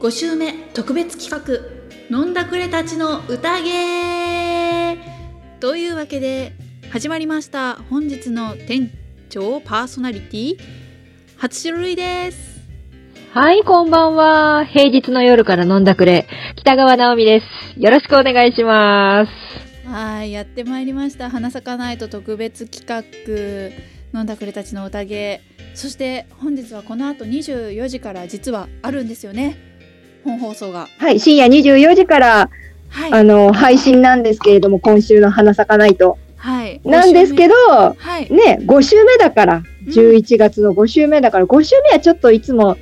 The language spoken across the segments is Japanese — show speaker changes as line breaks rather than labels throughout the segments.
5週目特別企画「飲んだくれたちの宴」というわけで始まりました本日の店長パーソナリティ初種類です
はい、こんばんは。平日の夜から飲んだくれ、北川直美です。よろしくお願いします。
はいやってまいりました「花咲かないと特別企画飲んだくれたちの宴」そして本日はこの後24時から実はあるんですよね本放送が
はい、深夜24時から、
はい
あの、配信なんですけれども、今週の花咲かないと。
はい
なんですけ
ど
ど、
はい
ね、5週目だから、
ん
11月の5週目だから、5週目はちょっといつも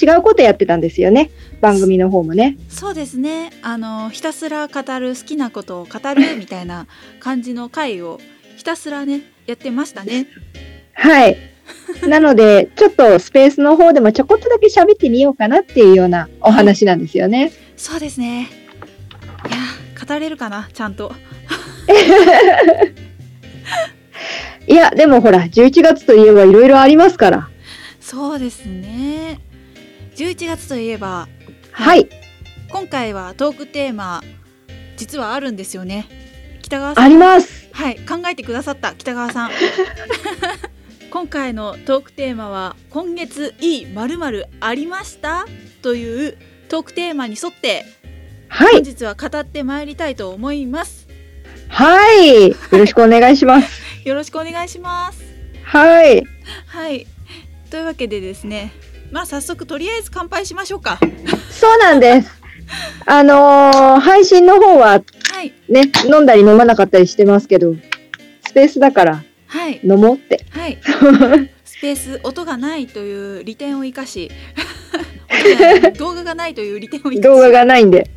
違うことやってたんですよね。番組の方もね。
そうですねあのひたすら語る好きなことを語 るみたいな感じの回をひたすらねやってましたね
はい。なので、ちょっとスペースの方でもちょこっとだけ喋ってみようかなっていうようなお話なんですよね。
そうですねいや語れるかなちゃんと
いや、でもほら、11月といえばいろいろありますから。
そうですね11月といえば
はい、
今回はトークテーマ実はあるんですよね北川さ
あ
ん
ります。
はい考えてくださった北川 さん今回のトークテーマは今月いいまるまるありましたというトークテーマに沿って
は
本
い、
日は語ってまいりたいと思います
はい、よろしくお願いします。
よろしくお願いします
はい、
はいというわけでですねまあ早速とりあえず乾杯しましょうか
そうなんです。あのー配信の方は
はい
ね、飲んだり飲まなかったりしてますけど、スペースだから
はい
飲もうって。
はい スペース音がないという利点を生か し音がない動画がないという利点を生かし
動画がないんで。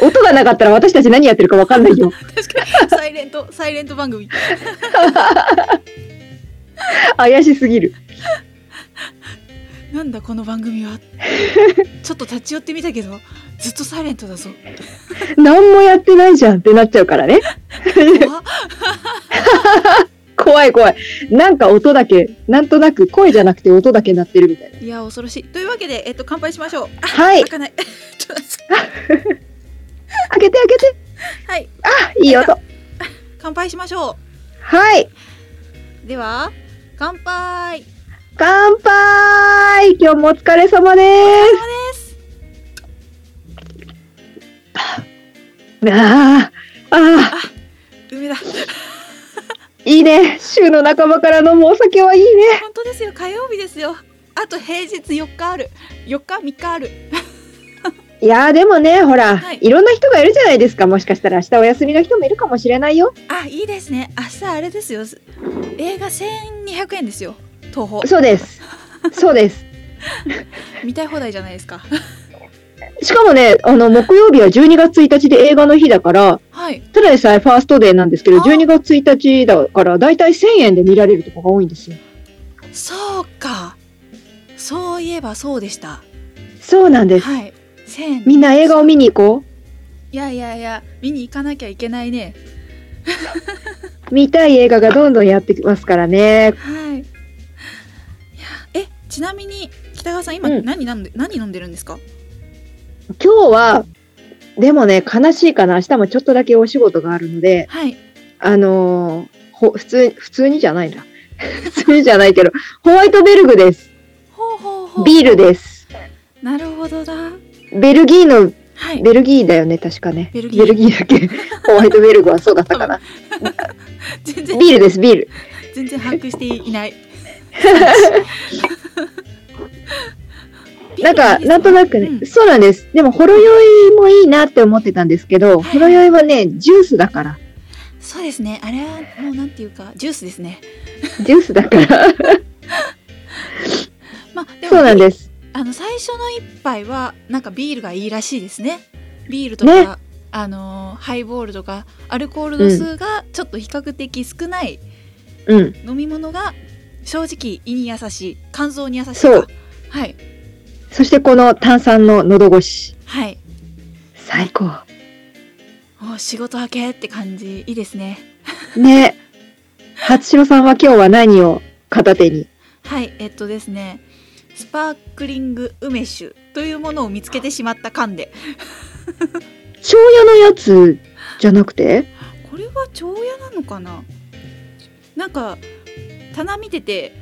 音がなかったら私たち何やってるかわかんないよ。
確かにサイレントサイレント番組
怪しすぎる。
なんだこの番組はちょっと立ち寄ってみたけどずっとサイレントだぞ
何もやってないじゃんってなっちゃうからね。
怖っ
怖い怖い。なんか音だけ、なんとなく声じゃなくて音だけ鳴ってるみたいな。
いや恐ろしいというわけでえっと乾杯しましょうあ
はい
開、かない ちょっと
開けて開けて。
はい
あ、いい音。
乾杯しましょ
はい。
うでは乾杯
乾杯今日もお疲れ様で
お疲れ様です
すあーあ
梅だ
ー、いいね。週の半ばから飲むお酒はいいね。
本当ですよ火曜日ですよあと平日4日ある4日3日ある
いやーでもね、ほら、
はい
い、ろんな人がいるじゃないですか。もしかしたら明日お休みの人もいるかもしれないよ。
あいいですね明日あれですよ映画1200円ですよ東宝
そ うです。そうです。
見たい放題じゃないですか
しかもね、あの、木曜日は12月1日で映画の日だから、
はい
ただでさえファーストデーなんですけど、
あー
12月1日だから、だいたい1000円で見られるとこが多いんですよ。
そうかそういえばそうでした
そうなんです。
はい1000
みんな映画を見に行こ
いやいやいや見に行かなきゃいけないね
う。見たい映画がどんどんやってきますからね。
はいいやえちなみに北川さん今
うん
何飲んで、何飲んでるんですか
今日は、でもね、悲しいかな。明日もちょっとだけお仕事があるので、
はい
あのーほ、普通、普通にじゃないな。 普通にじゃないけど、ホワイトベルグです。
ほうほうほう
ビールです。
なるほどだは
ベルギーの、
い
ベルギーだよね、確かね。
ベルギー
ベルギーだっけ ホワイトベルグはそうだったかな。
全然
ビールです、ビール。
全然把握していない
なんか、なんとなくね、
うん
そうなんです。でも、ほろ酔いもいいなって思ってたんですけど、
い
ほろ酔いはね、ジュースだから。
そうですねあれはもうなんていうかジュースですね
ジュースだから。
まあでも
そうなんです。
あの最初の一杯はなんかビールがいいらしいですね。ビールとか、あのーハイボールとかアルコール度数がちょっと比較的少ない
うん。
飲み物が正直胃に優しい肝臓に優しい
そう
はい
そして、この炭酸の喉越し。
はい
最高。
お仕事明けって感じいいですね
ね。初代さんは今日は何を片手に。
はいえっとですねスパークリング梅酒というものを見つけてしまった缶で
庄屋のやつじゃなくて
これは蝶屋なのかななんか棚見てて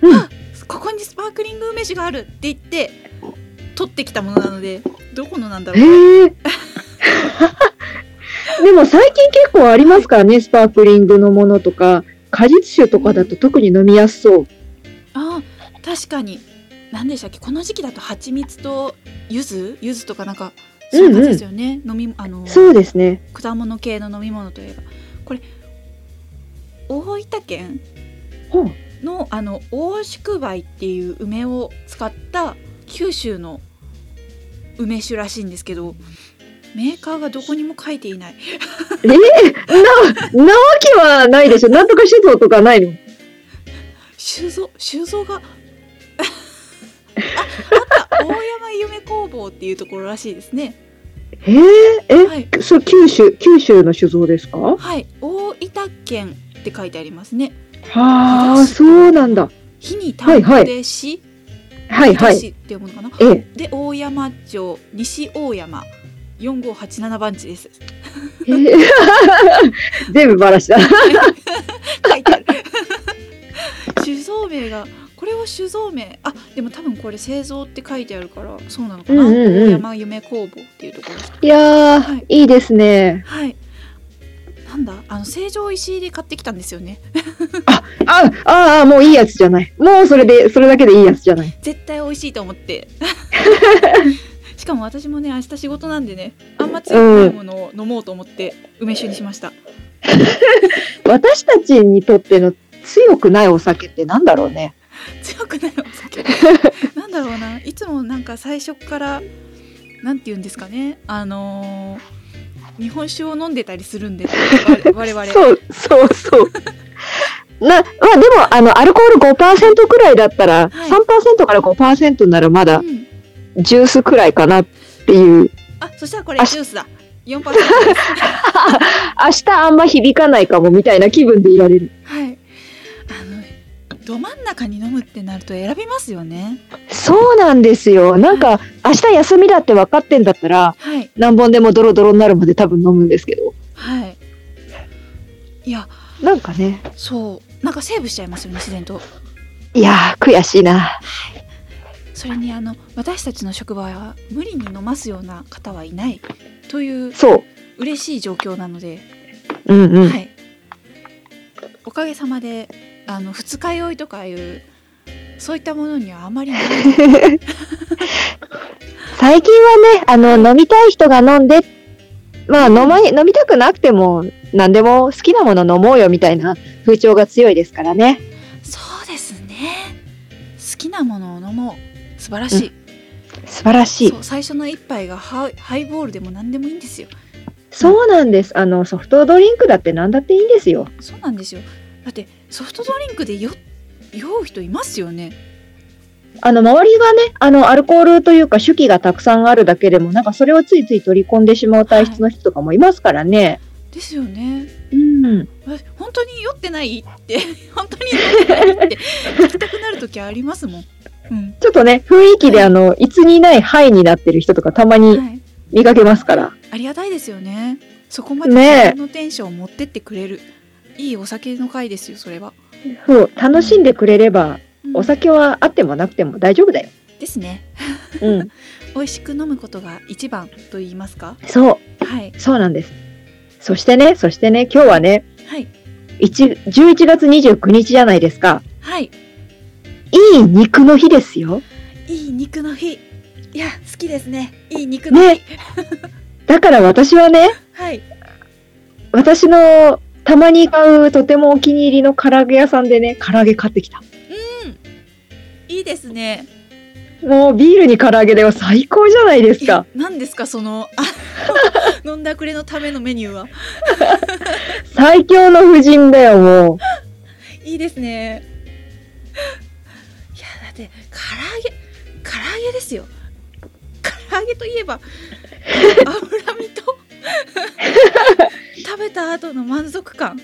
うん。
ここにスパークリング梅酒があるって言って取ってきたものなのでどこのなんだろう
へ え。でも最近結構ありますからね、スパークリングのものとか、果実酒とかだと特に飲みやすそう。
あー確かに何でしたっけこの時期だと蜂蜜と柚子柚子とかなんかそういう感じですよね、飲みあの
そうですね。
果物系の飲み物といえばこれ大分県
ほう
のあの大宿梅っていう梅を使った九州の梅酒らしいんですけどメーカーがどこにも書いていない
えー、な、なわけはないでしょ。なんとか酒造とかないの。
酒造酒造がああった大山夢工房っていうところらしいですね
へえ、え、
はい
そう、九州、九州の酒造ですかは
はい大分県って書いてありますね
あ、そうなんだ。
火に炭鉱でし、
はいは
火
い。
しっていうものかな
ええ。
で大山町西大山4587番地です
へー 全部ばらした。
書いてある酒造名がこれは酒造名あでも多分これ製造って書いてあるからそうなのかな、
うんうんう
大
ん
山夢工房っていうところです
いやー、
はい
いいですね。
はいなんだあの成城石井で買ってきたんですよね
あ、ああ、もういいやつじゃない。もうそれで、それだけでいいやつじゃない。
絶対美味しいと思って しかも私もね明日仕事なんでねあんま強くないものを飲もうと思って梅酒にしました
私たちにとっての強くないお酒ってなんだろうね。
強くないお酒 なんだろうないつもなんか最初からなんて言うんですかねあのー日本酒を飲んでたりするんで 我々そう
そう、そう、そう。 な、まあでも、あの、アルコール5%くらいだったら、
はい
3%から5%ならまだ
ん、
ジュースくらいかなって いう。
あそしたらこれ
あ
ジュースだ4%です
明日あんま響かないかもみたいな気分でいられる。
はいあのど真ん中に飲むってなると選びますよね
そうなんですよ。なんか、明日休みだって分かってんだったら、
はい
何本でもドロドロになるまで多分飲むんですけど。
はいいや
なんかね。
そうなんかセーブしちゃいますよね自然と
いやー、悔しいな。
それにあの私たちの職場は無理に飲ますような方はいないという
そう。
嬉しい状況なので、
うんうん。
はい、おかげさまであの二日酔いとかいうそういったものにはあまりない
最近はね、あの、飲みたい人が飲んで、まあ、飲ま、飲みたくなくても、何でも好きなもの飲もうよみたいな風潮が強いですからね。
そうですね好きなものを飲もう素晴らしい、
素晴らしい。
そう最初の一杯がハイハイボールでも何でもいいんですよ
そうなんです。あの、ソフトドリンクだって何だっていいんですよ。
そうなんですよだってソフトドリンクで酔酔う人いますよね
あの、周りがね、あの、アルコールというか、酒気がたくさんあるだけでも、なんかそれをついつい取り込んでしまう体質の人とかもいますからね。
ですよね
うん。
私本当に酔ってないって本当に酔ってないって聞きたくなる時ありますもん、うん
ちょっとね、雰囲気であの、いつにないハイになってる人とかたまに
はい、
見かけますから。
ありがたいですよね。そこまで
ねえ
自分のテンションを持ってってくれる。いいお酒の会ですよ、それは。
そう、楽しんでくれれば、
うん
お酒はあってもなくても大丈夫だよ。
ですね。
うん。
美味しく飲むことが一番と言いますか。
そ
はい。
う、そうなんです。そしてね、そしてね、今日はね、
はい。
1 11月29日じゃないですか。
はい。
いい肉の日ですよ。
いい肉の日。いや、好きですね。いい肉の日。
ねだから私はね、
はい。
私のたまに買うとてもお気に入りの唐揚げ屋さんでね、唐揚げ買ってきた。
いいですね。
もうビールに唐揚げだよ。最高じゃないです
い
か
や。何ですか、その、あ飲んだくれのためのメニューは。
最強の夫人だよ、もう。
いいですね。 いや、だって、唐揚げ、唐揚げですよ。唐揚げといえ ば、脂身と食べた後の満足感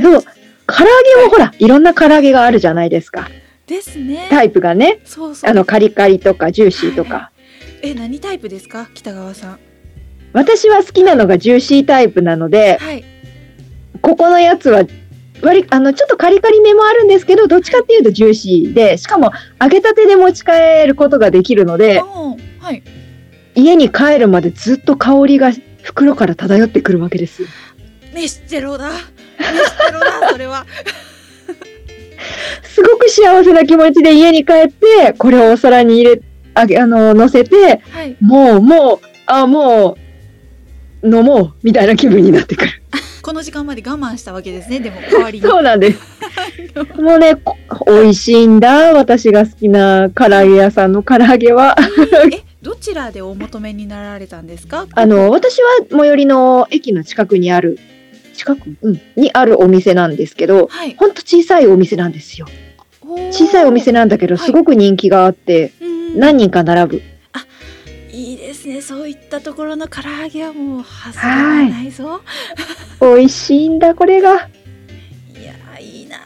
そう。唐揚げもほら、いろんな唐揚げがあるじゃないですか。
ですね。
タイプがね、
そうそう。
あの、カリカリとかジューシーとか。
え、何タイプですか北川さん。
私は好きなのがジューシータイプなので、
はい。
ここのやつは、割りあのちょっとカリカリめもあるんですけどどっちかっていうとジューシーでしかも揚げたてで持ち帰ることができるので
おーはい。
家に帰るまでずっと香りが袋から漂ってくるわけですよ
メステロだ。メステロ だ、それは。
すごく幸せな気持ちで家に帰ってこれをお皿に入れあげあの乗せて
はい。
もうもうあもう飲もうみたいな気分になってくる
この時間まで我慢したわけですね。でも、代わりに。
そうなんです もうねこ美味しいんだ私が好きな唐揚げ屋さんの唐揚げは
え、どちらでお求めになられたんですか
あの私は最寄りの駅の近くにある近く、うん、にあるお店なんですけど
はい。
ほんと小さいお店なんですよ
小
小さいお店なんだけど
はい
すごく人気があって、何人か並ぶ
いいですね。そういったところの唐揚げはもう外れはないぞ。
美味しいんだこれが
い、やーいいな。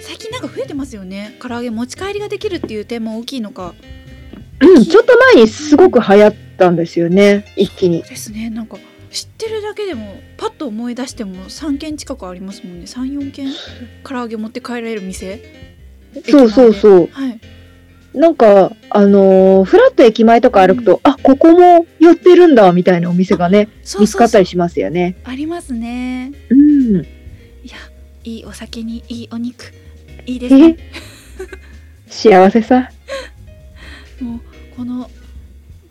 最近なんか増えてますよね。唐揚げ持ち帰りができるっていう点も大きいのか。
うんちょっと前にすごく流行ったんですよね一気に
ですね。なんか知ってるだけでもパッと思い出しても3軒近くありますもんね。3、4軒唐揚げ持って帰られる店。
そうそうそう
はい。
なんかあのーフラット駅前とか歩くと、あここも寄ってるんだみたいなお店がね
そう
見つ
そ
か
う
っ
そ
た
う。
りしますよね
ありますね。
うん
いや、いいお酒にいいお肉。いいです ね
え。幸せさ
もうこの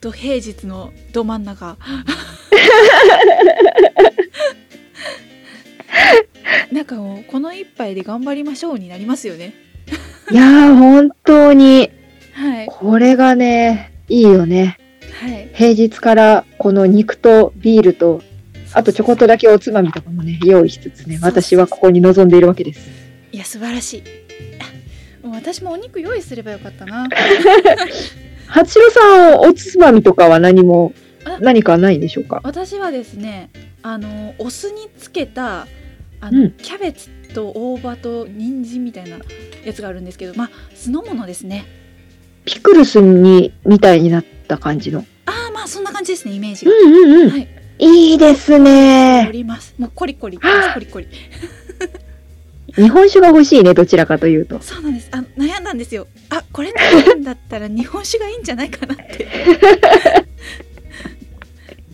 土平日のど真ん 中なんかもうこの一杯で頑張りましょうになりますよね
いやー本当に
はい
これがねいいよね
はい
平日からこの肉とビールとあとちょこっとだけおつまみとかもね用意しつつね
そうそう
私はここに臨んでいるわけです
いや素晴らしいあもう私もお肉用意すればよかったな
八代さんおつまみとかは何も
あ
何かないんでしょうか
私はですねあのお酢につけたあの、
うん
キャベツと大葉と人参みたいなやつがあるんですけどまあ酢の物ですね
ピクルスにみたいになった感じの
ああまあそんな感じですねイメージ
う
が、
んうんうん、
はいい、
いです
お
ね
りますもうコリコリコリコリ
日本酒が欲しいねどちらかというと
そうなんです。あ、悩んだんですよ。あ、これ食べるんだったら日本酒がいいんじゃないかな って。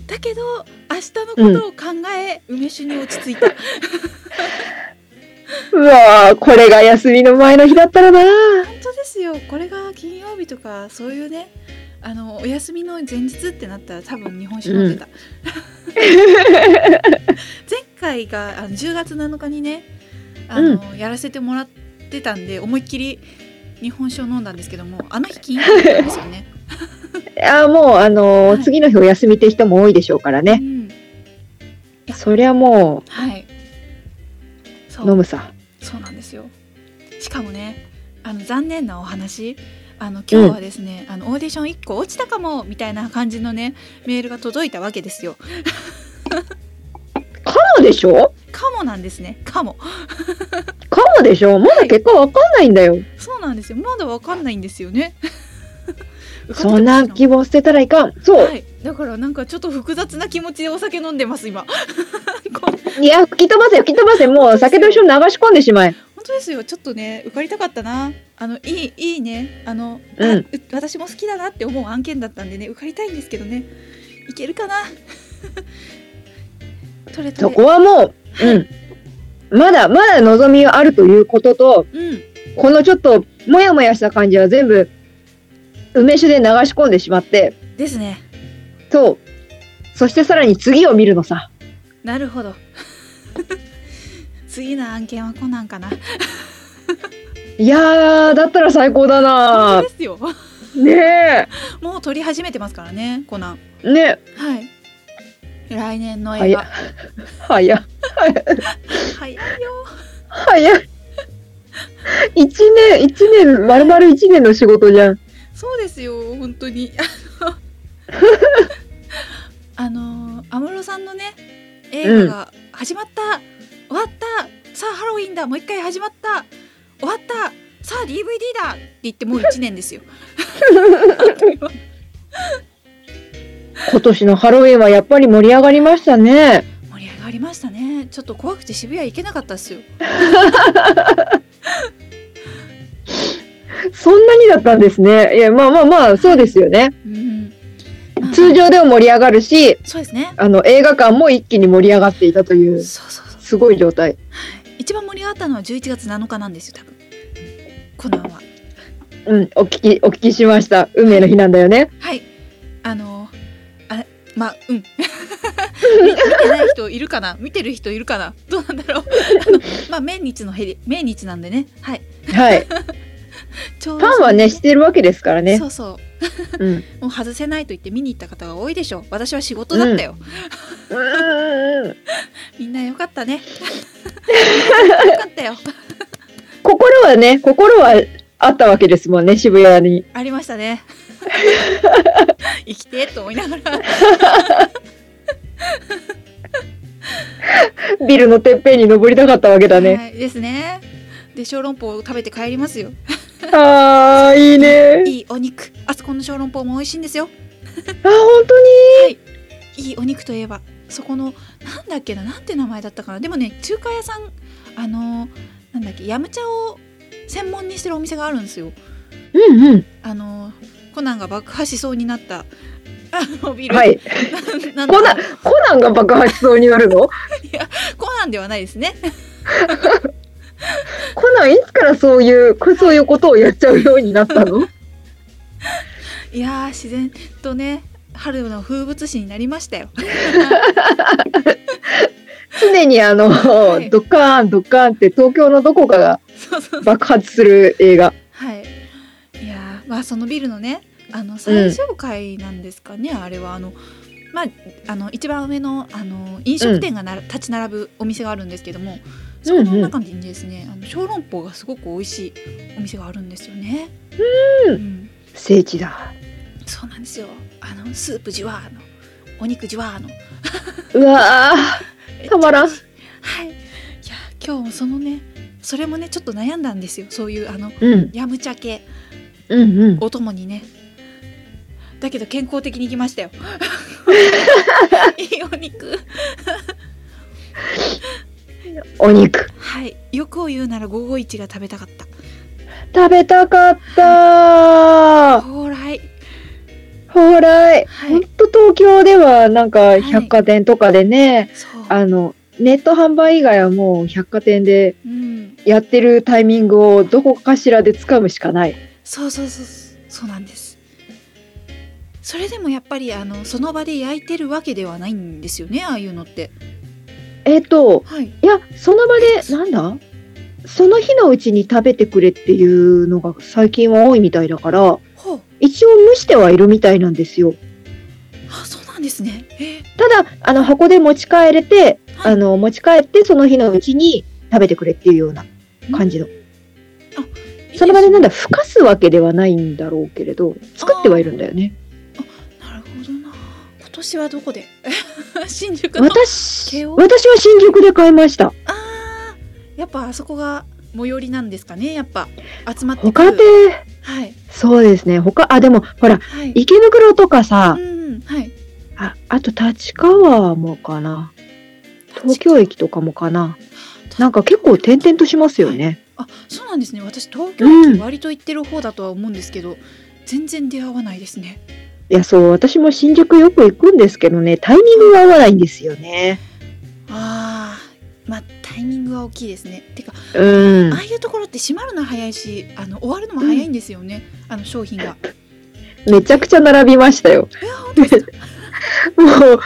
だけど明日のことを考え、梅酒に落ち着いた。
うわーこれが休みの前の日だったらな
本当ですよ。これが金曜日とかそういうね、あのお休みの前日ってなったら多分日本酒飲んでた。前回があの10月7日にね、あの、やらせてもらってたんで思いっきり日本酒を飲んだんですけども、あの日金曜日なんですよね。
あーもうあの
は
ー
い
次の日お休みって人も多いでしょうから
う
ね
ん
そりゃも
はい。そう
飲むさ
そうなんですよ。しかもね、あの残念なお話。あの今日はですね、あのオーディション1個落ちたかもみたいな感じのねメールが届いたわけですよ。
かもでしょ
かもなんですね。かも。
かもでしょまだ結果わかんないんだよ、
そうなんですよ。まだわかんないんですよね。受かってた
そんな希望捨てたらいかんそう、
はい。だからなんかちょっと複雑な気持ちでお酒飲んでます 今。こう
い、や吹き飛ばせ吹き飛ばせもう酒と一緒に流し込んでしまえ
本当ですよちょっとね受かりたかったなあのいいいいねあの、
うん
あう私も好きだなって思う案件だったんでね受かりたいんですけどねいけるかな 取れ
そ
取れ
こはもううんまだまだ望みがあるということと
うん
このちょっともやもやした感じは全部梅酒で流し込んでしまって
ですね
そうそしてさらに次を見るのさ
なるほど 次の案件はコナンかない
やーだったら最高だ
本
な
当ですよ
ね
もう撮り始めてますからねコナン
えねえ
はい来年の映画
早っ
早いよ
早い一年一年まるまる一年の仕事じゃん
そうですよ本当にあのあの安室さんのね映画が始まった、終わったさあハロウィンだもう一回始まった終わったさあ DVD だって言ってもう1年ですよ
今年のハロウィンはやっぱり盛り上がりましたね。
盛り上がりましたねちょっと怖くて渋谷行けなかったですよ
そんなにだったんですね。いや、まあまあまあ、そうですよね。
うん、まあ
通常でも盛り上がるし、
そうですね
あの、映画館も一気に盛り上がっていたという、
そうそうそう
すごい状態。
一番盛り上がったのは11月7日なんですよ多分コナンは
うん、お聞き、お聞きしました。運命の日なんだよね。
はいあのあれまあうん み見てない人いるかな見てる人いるかなどうなんだろう あのまあ命日のヘリ命日なんでねはい
はい。
ちょう
フ
ど
ァンはね、知ってるわけですからね
そ。うそう
うん。う
もう外せないと言って見に行った方が多いでしょう私は仕事だったよ、
ーん
みんなよかった ねよかったよ
心はね、心はあったわけですもんね、渋谷に。
ありました ね生きてえと思いながら
ビルのてっぺんに登りたかったわけだね。
はい、ですねで小籠包を食べて帰りますよ
あー、いいね。
いいお肉あそこの小籠包も美味しいんですよ
あ、本当に
いいお肉といえばそこのなんだっけななんて名前だったかなでもね中華屋さんあのなんだっけヤムチャを専門にしてるお店があるんですよ
うんうん。
あのコナンが爆破しそうになったあのビル、
はい。
ななんだろ
コ
う
ナン、コナンが爆発しそうになる の
コナンではないですね
コナンいつからそういう、こそういうことをやっちゃうようになったの
いやー自然とね春の風物詩になりましたよ
常にあの、
い
ドカーンドカーンって東京のどこかが
そうそう
爆発する映画。
はい。いやーまあそのビルのねあの最上階なんですかね、あれはあのまああの一番上のあの飲食店がなら、立ち並ぶお店があるんですけども。そこの中にですね、あの小籠包がすごく美味しいお店があるんですよね。
うん
ん
聖地だ。
そうなんですよ。あのスープじわーの、お肉じわーの。
うわー、たまらん。
はい。いや今日もそのね、それもねちょっと悩んだんですよ。そういうあの
うん、
ヤムチャ系
うん、うん。
お供にねだけど健康的に行きましたよ いいお肉
お肉。
はい欲を言うなら551が食べたかった
食べたかったー。
蓬莱
ほらい。
は
ほん
い
と東京ではなんか
い
百貨店とかでね、
そう
あの、ネット販売以外はもう百貨店で
うん
やってるタイミングをどこかしらで掴むしかない。
そうそうそうそうなんですそれでもやっぱりあのその場で焼いてるわけではないんですよねああいうのって
えっ、と、
はい
いや、その場で、なんだその日のうちに食べてくれっていうのが最近は多いみたいだから、
ほう
一応蒸してはいるみたいなんですよ。
あそうなんですねえ
ただ、あの、箱で持ち帰れて、
はい
あの、持ち帰ってその日のうちに食べてくれっていうような
ー
感じの。
うん
その場
い
で
いす
なんだ、ふかすわけではないんだろうけれど、作ってはいるんだよね。
なるほどな今年はどこで 新宿の
私、
慶応
私は新宿で買いました。
あーやっぱあそこが最寄りなんですかねやっぱ集まってく
他
る
で、
はい
そうですね。他、あ、でも、ほら、
はい
池袋とかさ、
うんはい
ああと立川もかな。東京駅とかもかな。なんか結構転々としますよね。
あそうなんですね私東京
うん
駅割と行ってる方だとは思うんですけど、全然出会わないですね
いや、そう、私も新宿よく行くんですけどね、タイミングが合わないんですよね。
あーまあタイミングは大きいですねてか、
うん
あ。あいうところって閉まるの早いしあの終わるのも早いんですよね、あの商品が
めちゃくちゃ並びましたよ。
いや本当 ですか
もう、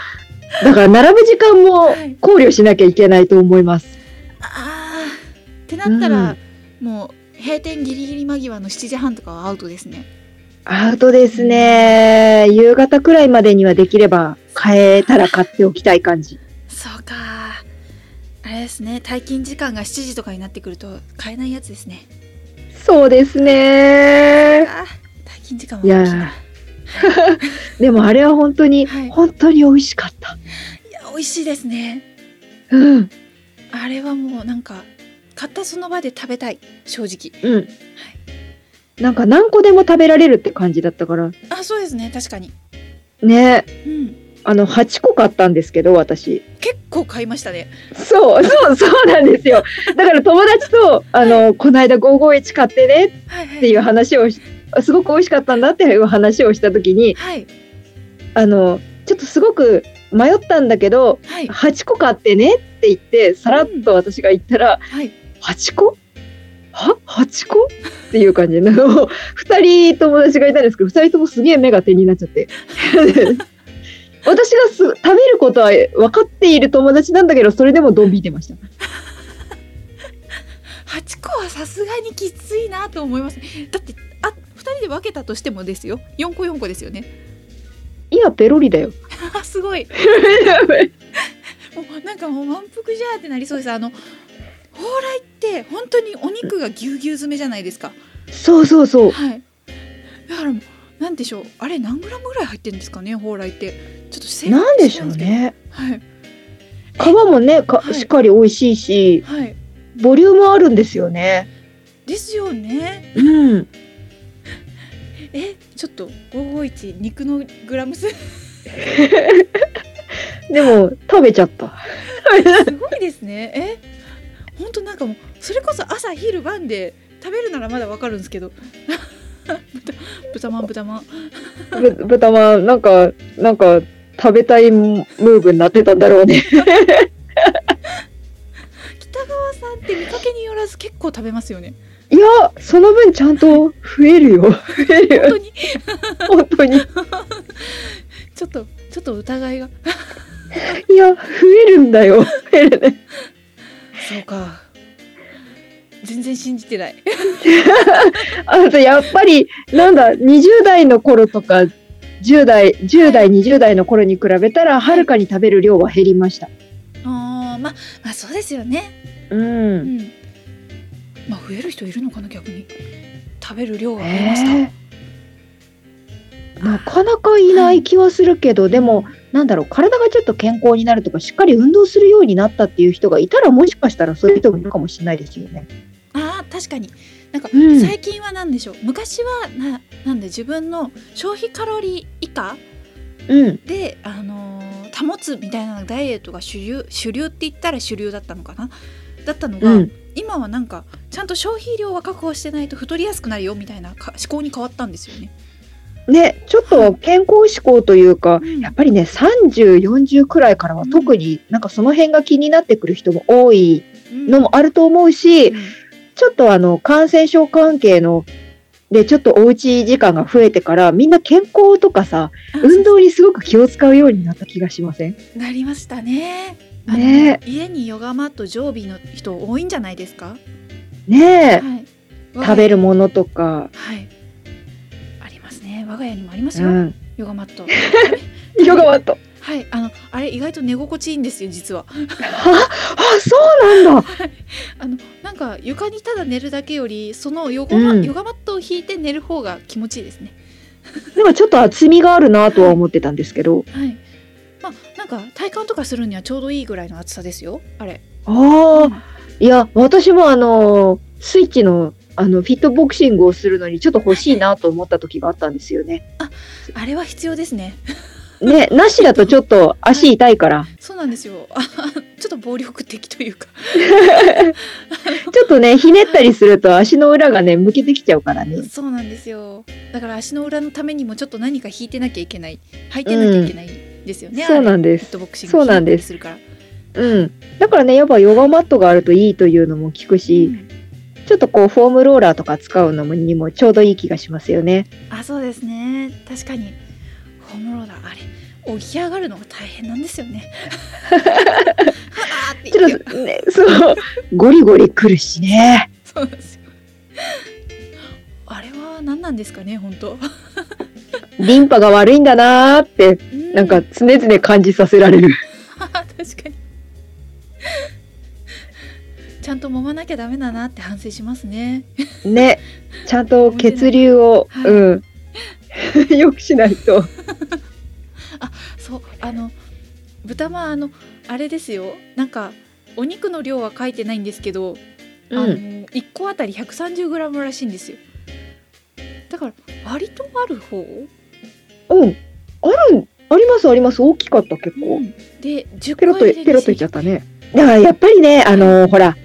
だから並ぶ時間も
はい
考慮しなきゃいけないと思います。
あーってなったら、
う
もう閉店ギリギリ間際の7時半とかはアウトですね
アウトですね。夕方くらいまでにはできれば、買えたら買っておきたい感じ。
そうかあれですね退勤時間が7時とかになってくると買えないやつですね
そうですね。
あー退勤時間はい
やー でもあれは本当に、
はい
本当に美味しかった。
いや美味しいですね
うん。
あれはもうなんか買ったその場で食べたい正直
うん。なんか何個でも食べられるって感じだったから。
あそうですね確かに
ね
うん
あの、8個買ったんですけど、私。
結構買いましたね
そう、そう、そうなんですよ。だから友達と、あの、この間551買ってねっ
はいはい
ていう話をし、すごく美味しかったんだっていう話をした時に、
はい
あの、ちょっとすごく迷ったんだけど、
はい
8個買ってねって言って、さらっと私が言ったら、
はい
8個は ?8 個っていう感じの、2人友達がいたんですけど、2人ともすげえ目が点になっちゃって。 私がす食べることは分かっている友達なんだけど、それでもドン引いてました。
8個はさすがにきついなと思いますだってあ2人で分けたとしてもですよ4個4個ですよね
今ペロリだよ。
あすごいもうなんかもう満腹じゃーってなりそうですあの蓬莱って本当にお肉がぎゅうぎゅう詰めじゃないですか
そうそうそう。
はいだからもうなんでしょうあれ何グラムぐらい入ってるんですかね蓬莱ってちょっと正確
なんでし
知
ょ
ら
う
ないす
ね。
けどはい
皮もね、か
はい
しっかり美味しいし、
はい
ボリュームあるんですよね。
ですよね
うん。
えちょっと551肉のグラム 数す
でも、食べちゃった。
ごいですねえ本当なんかもうそれこそ朝昼晩で食べるならまだわかるんですけど 豚豚まん豚まん
ぶ豚まん、なんか、なんか、食べたいムーブになってたんだろうね。
北川さんって見かけによらず結構食べますよね
いや、その分ちゃんと増える よ。増える
本当
よ。
に
本当に。
ちょっとちょっと疑いが
いや、増えるんだよ。増えるね。
そうか全然信じてない
あと、やっぱり、なんだ、20代の頃とか、10代、10代、20代の頃に比べたら、はるかに食べる量は減りました。
あーまあまあそうですよね
う。
うんんまあ増える人いるのかな逆に食べる量は増えました、
えーなかなかいない気はするけど、でも、なんだろう、体がちょっと健康になるとか、しっかり運動するようになったっていう人がいたら、もしかしたらそういう人もいるかもしれないですよね。
あー確かになんか
うん
最近は何でしょう、昔はななんで自分の消費カロリー以下
うん。
で、あのー保つみたいなダイエットが主流主流って言ったら主流だったのかなだったのが、
うん。
今はなんかちゃんと消費量は確保してないと太りやすくなるよみたいなか思考に変わったんですよね。
ね、ちょっと健康志向というか、
うん
やっぱりね、30、40くらいからは特になんかその辺が気になってくる人も多いのもあると思う
う
し、
ん
ちょっとあの、感染症関係の、で、ちょっとおうち時間が増えてから、みんな健康とかさ、
あ
運動にすごく気を使うようになった気がしません
なりましたね。あの
ね
家にヨガマット常備の人多いんじゃないですか。
ねえ、
はい。
食べ
る。
るものとか、
はい。ありますね。我が家にもあります
う
よ。
ん。
ヨガマット。
ヨガマット。
はい。あのあれ意外と寝心地いいんですよ実は。
はあ、そうなんだ。
あのなんか床にただ寝るだけよりそのヨガマ、
うん
ヨガマットを引いて寝る方が気持ちいいですね。
なんかちょっと厚みがあるなとは思ってたんですけど。
はい。まあなんか体感とかするにはちょうどいいぐらいの厚さですよ。あれ。
あ
うん
あ、いや、私もあの、スイッチの、あの、フィットボクシングをするのにちょっと欲しいなと思った時があったんですよね。
あれは必要ですね。
ね、なしだとちょっと足痛いから、
そうなんですよ。あ ちょっと暴力的というか。
ちょっとね、ひねったりすると足の裏がね、向けてきちゃうからね。
そうなんですよ。だから足の裏のためにもちょっと何か引いてなきゃいけない、履いてなきゃいけないですよね。
そうなんで
ですフッ
す。
トボクシング
そうなんです
するから。
うん。だからね、やっぱヨガマットがあるといいというのも聞く
う
し、
ん
ちょっとこう、フォームローラーとか使うのにもちょうどいい気がしますよね。
あ、そうですね。確かに。ホームローラー、あれ、起き上がるのが大変なんですよ ね。はあって
ち
言
ょ
っ。
ってと、ね、そう、ゴリゴリ来るしね。
そうなんですよ。あれは何なんですかね、本当。
リンパが悪いんだなーって、
う
なんか常々感じさせられる。
確かに。 ちゃんと揉まなきゃダメだなって反省しますね。
ね、ちゃんと血流を、
はい
うん、 よくしないと。
そうあの豚まんあのあれですよなんかお肉の量は書いてないんですけどあの1個あたり 130g らしいんですよだから割とある方、
うん。ある、ありますあります。大きかった結構。
で10
ペロッ
個入
と、
りで
ペロッといっちゃったね。だからやっぱりね、あのーほら、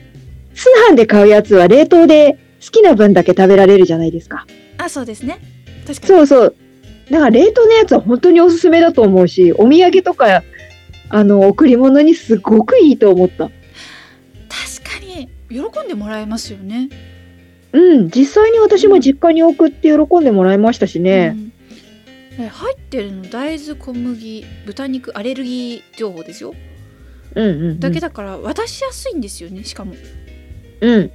通販で買うやつは冷凍で好きな分だけ食べられるじゃないですか。
あそうですね確かに
そうそう。だから冷凍のやつは本当におすすめだと思うし、お土産とか、あの、贈り物にすごくいいと思った。
確かに喜んでもらえますよね
うん、実際に私も実家に送って喜んでもらいましたしね。
うんえ入ってるの大豆小麦豚肉アレルギー情報ですよ
うん、うん、うん。
だけだから渡しやすいんですよねしかも、
うん。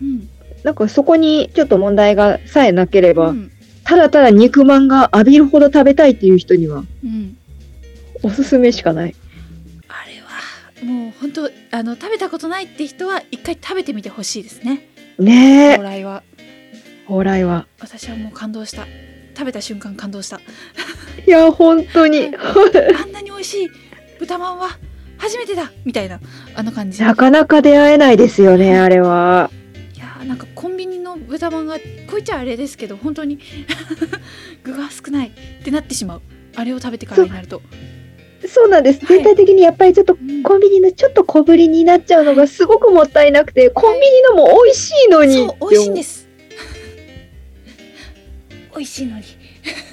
うん
なんかそこにちょっと問題がさえなけれ
う
ば、
ん
ただただ肉まんが浴びるほど食べたいっていう人には、
うん、
おすすめしかない。
あれはもう本当あの食べたことないって人は一回食べてみてほしいですね
ね
蓬
え、
莱は
蓬莱は。
私はもう感動した食べた瞬間感動 した
いや、本当に。
あんなに美味しい豚まんは初めてだみたいなあの感じいや
なかなか出会えないですよね、あれは。
ーなんかコンビニの豚まんがこいちゃあれですけど本当に 具が少ないってなってしまうあれを食べてからになると、
そうなんです。
はい
全体的にやっぱりちょっと
うん
コンビニのちょっと小ぶりになっちゃうのがすごくもったいなくて、コンビニのも美味しいのに。。
そう美味しいんです す美味しいのに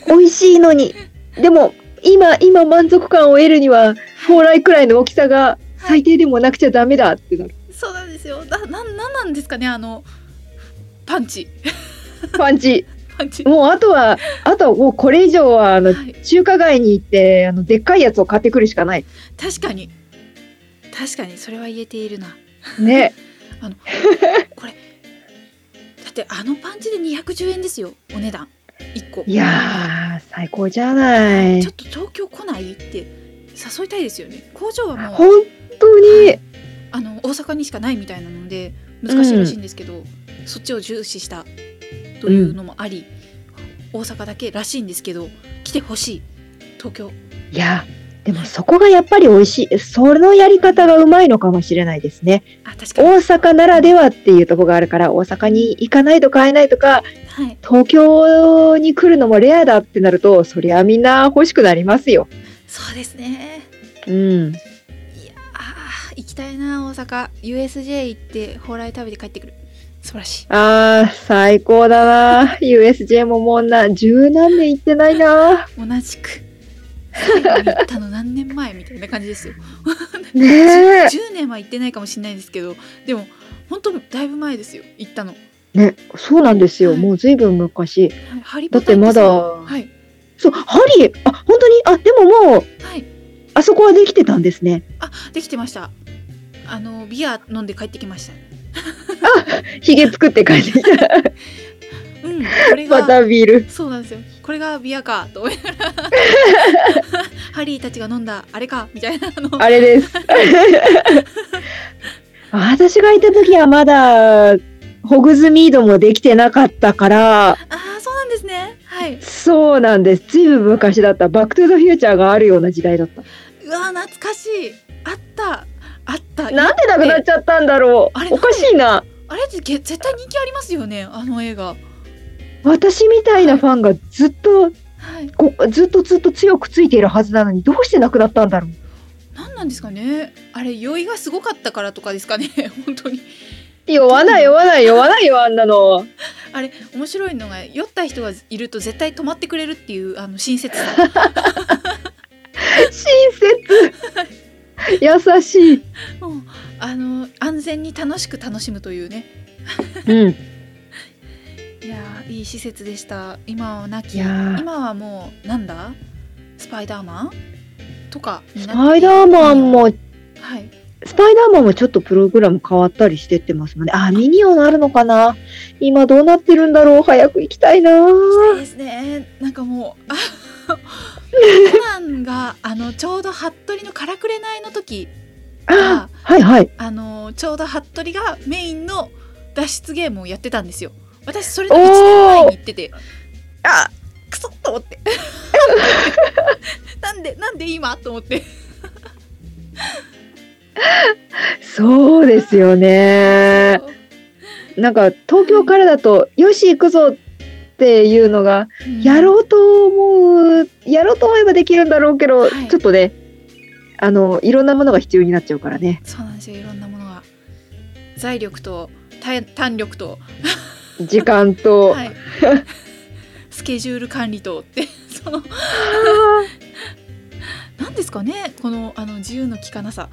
美味しいのに。でも、今、今満足感を得るには、蓬莱くらいの大きさが最低でもなくちゃダメだってな る。
そうなんですよだなんなんなんですかねあのパンチ
パンチ。
パンチ
もうあとは、あとはもうこれ以上は、あの、
はい
中華街に行って、あの、でっかいやつを買ってくるしかない。
確かに確かにそれは言えているな
ね。
だってあのパンチで210円ですよお値段1個
いやー、最高じゃない
ちょ。っと東京来ないって誘いたいですよね工場はもう
本当に、
あの大阪にしかないみたいなので難しいらしいんですけど、そっちを重視したというのもあり、大阪だけらしいんですけど来てほしい東京
いや、でもそこがやっぱり美味しい。そのやり方がうまいのかもしれないですね。
あ確かに、
大阪ならではっていうとこがあるから、大阪に行かないと買えないとか、
はい、
東京に来るのもレアだってなると、そりゃみんな欲しくなりますよ。
そうですね
うん。
あー行きたいな大阪 USJ 行って蓬莱食べて帰ってくる素晴らしい
あー、最高だな。USJ ももうな、十何年行ってないな。
同じく最後に行ったの何年前みたいな感じですよ
ねえ。
10年は行ってないかもしれないですけどでも本当だいぶ前ですよ行ったの
ね、そうなんですよ。
はい
もう随分昔。
ハリ
だ
ポ
って
タ
まだ、
はい
そう、ハリー、あ、本当にあ、でももう、
はい
あそこはできてたんですね。
あできてましたあのビア飲んで帰ってきました
ヒゲ作って帰ってきた。
うんこれ
ま
が
たビール。
そうなんですよこれがビアかと思いなが らハリーたちが飲んだあれかみたいなあの
あれ です。私がいた時はまだ、ホグズミードもできてなかったから、
あーそうなんですねはい
そうなんです。ずいぶん昔だった。バックトゥザフューチャーがあるような時代だった。
うわ懐かしいあったあった
なんでなくなっちゃったんだろ
あれ
う。おかしいな。
あれってけ絶対人気ありますよねあの映画
私みたいなファンがずっと、
はい
こずっとずっと強くついているはずなのに、どうしてなくなったんだろう。
何なんですかねあれ酔いがすごかったからとかですかね 本当に
酔わない酔わない酔わないよ、あんなの。
あれ面白いのが酔った人がいると絶対止まってくれるっていうあの親切 さ
親切。優しい。
もうあの安全に楽しく楽しむというね
うん。
いやーいい施設でした今はなき
いやー
今はもうなんだスパイダーマンとかに
ス
なっ
パイダーマンも、
はい
スパイダーマンもちょっとプログラム変わったりしてってますもんね。あ、ミニオンあるのかな今どうなってるんだろう早く行きたいな
そう
ぁ
ですねなんかもうあコナンがあのちょうど服部の「からくれない」の時
あ
が
はいはい。
あのちょうど服部がメインの脱出ゲームをやってたんですよ私それ
お
の1年前に
ー
行ってて
あ
クソッと思って なんでなんで今と思って
そうですよね。なんか東京からだと、よし行くぞっていうのが、
うん
やろうと思うやろうと思えばできるんだろうけど、
はい
ちょっとねあのいろんなものが必要になっちゃうからね
そうなんですよいろんなものが財力と体胆力と、
時間と、
はい、 スケジュール管理とって その何ですかねこのあの自由の利かなさ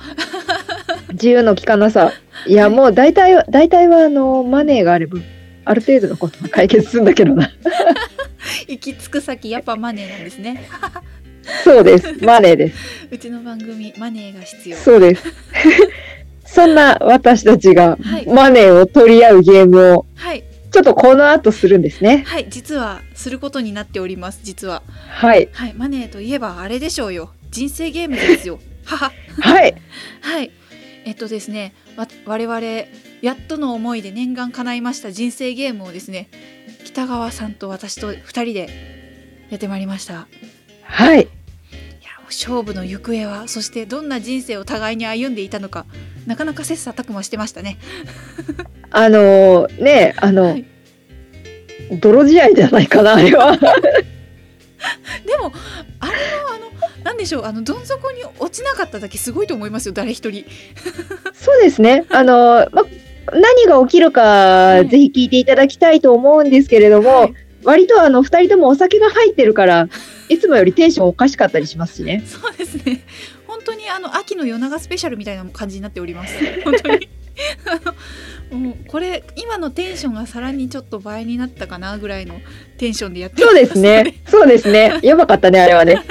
自由の利かなさいや、
はい
もう大体は大体はあのマネーがあればある程度のことは解決するんだけ どな
行き着く先やっぱマネーなんですね
そうですマネーです
うちの番組マネーが必要
そ うですそんな私たちが
はい
マネーを取り合うゲームを
はい
ちょっとこの後するんですね
はい実はすることになっております実は
はい
はいマネーといえばあれでしょうよ人生ゲームですよ はは
はい
はい。えっとですね、わ我々やっとの思いで念願叶いました人生ゲームをですね、北川さんと私と二人でやってまいりました。
はい
いや、勝負の行方は、そしてどんな人生を互いに歩んでいたのか、なかなか切磋琢磨してましたね。
あのーねあの、
はい
泥仕合じゃないかなあれは
でもあれはあのなんでしょう、あのどん底に落ちなかっただけすごいと思いますよ、誰一人。
そうですねあのーま何が起きるか、
い
ぜひ聞いていただきたいと思うんですけれども、
はい
割とあの2人ともお酒が入ってるからいつもよりテンションおかしかったりしますしね
そうですね。本当にあの秋の夜長スペシャルみたいな感じになっております。本当に。あのもうこれ今のテンションがさらにちょっと倍になったかなぐらいのテンションでやってお
そう
りま
ですね。そうですね。やばかったね、あれはね。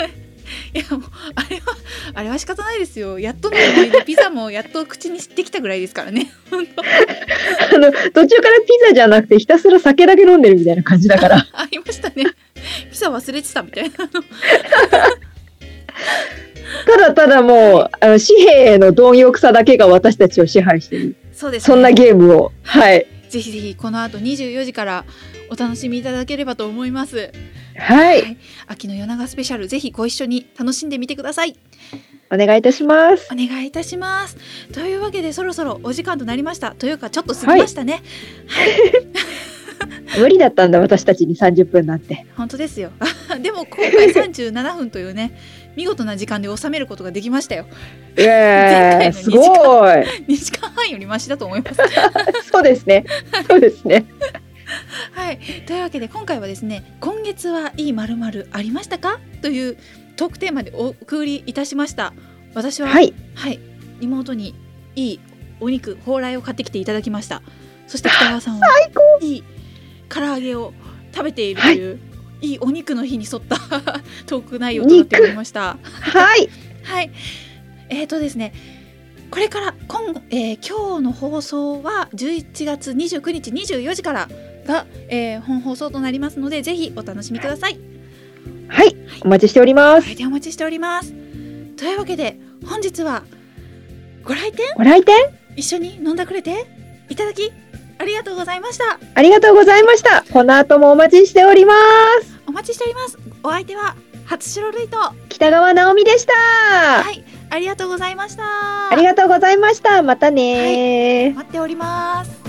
いやもうあれはあれは仕方ないですよ。やっとの思いでピザもやっと口にしてきたぐらいですからね。 本当
あの、途中からピザじゃなくて、ひたすら酒だけ飲んでるみたいな感じ だから。
ありましたね。ピザ忘れてたみたいな。
ただただもう、あの、紙幣への貪欲さだけが私たちを支配している。
そうです、ね。
そんなゲームを。はい。
ぜひぜひこの後24時からお楽しみいただければと思います。
はい。
秋の夜長スペシャルぜひご一緒に楽しんでみてください。
お願いいたします。
お願いいたします。というわけでそろそろお時間となりました。というかちょっと過ぎましたね。
無理だったんだ、私たちに30分なんて。
本当ですよ。 でも今回37分というね、 見事な時間で収めることができましたよ。
うえ
前回の
ー、
二
す
時
ご
間
い。
2時間半よりマシだと思います。
そうですね。そうですね。
はい。というわけで今回はですね、今月はいいまるまるありましたかというトークテーマでお送りいたしました。私は、
はい。
はい、妹にいいお肉蓬莱を買ってきていただきましたそして北川さんは いい唐揚げを食べているという、い、いお肉の日に沿った トーク内容となっておりました
はい。
はいえーとですねこれから今後、えー今日の放送は11月29日24時からが、えー本放送となりますのでぜひお楽しみください
はい。お待ちしておりま
これ
す。
でお待ちしておりますというわけで本日はご来店
ご来店
一緒に飲んだくれていただきありがとうございました
ありがとうございました。この後もお待ちしております。
お待ちしておりますお相手は初白類とは
北川直美でした。
いありがとうございました
ありがとうございました。またねー
待っております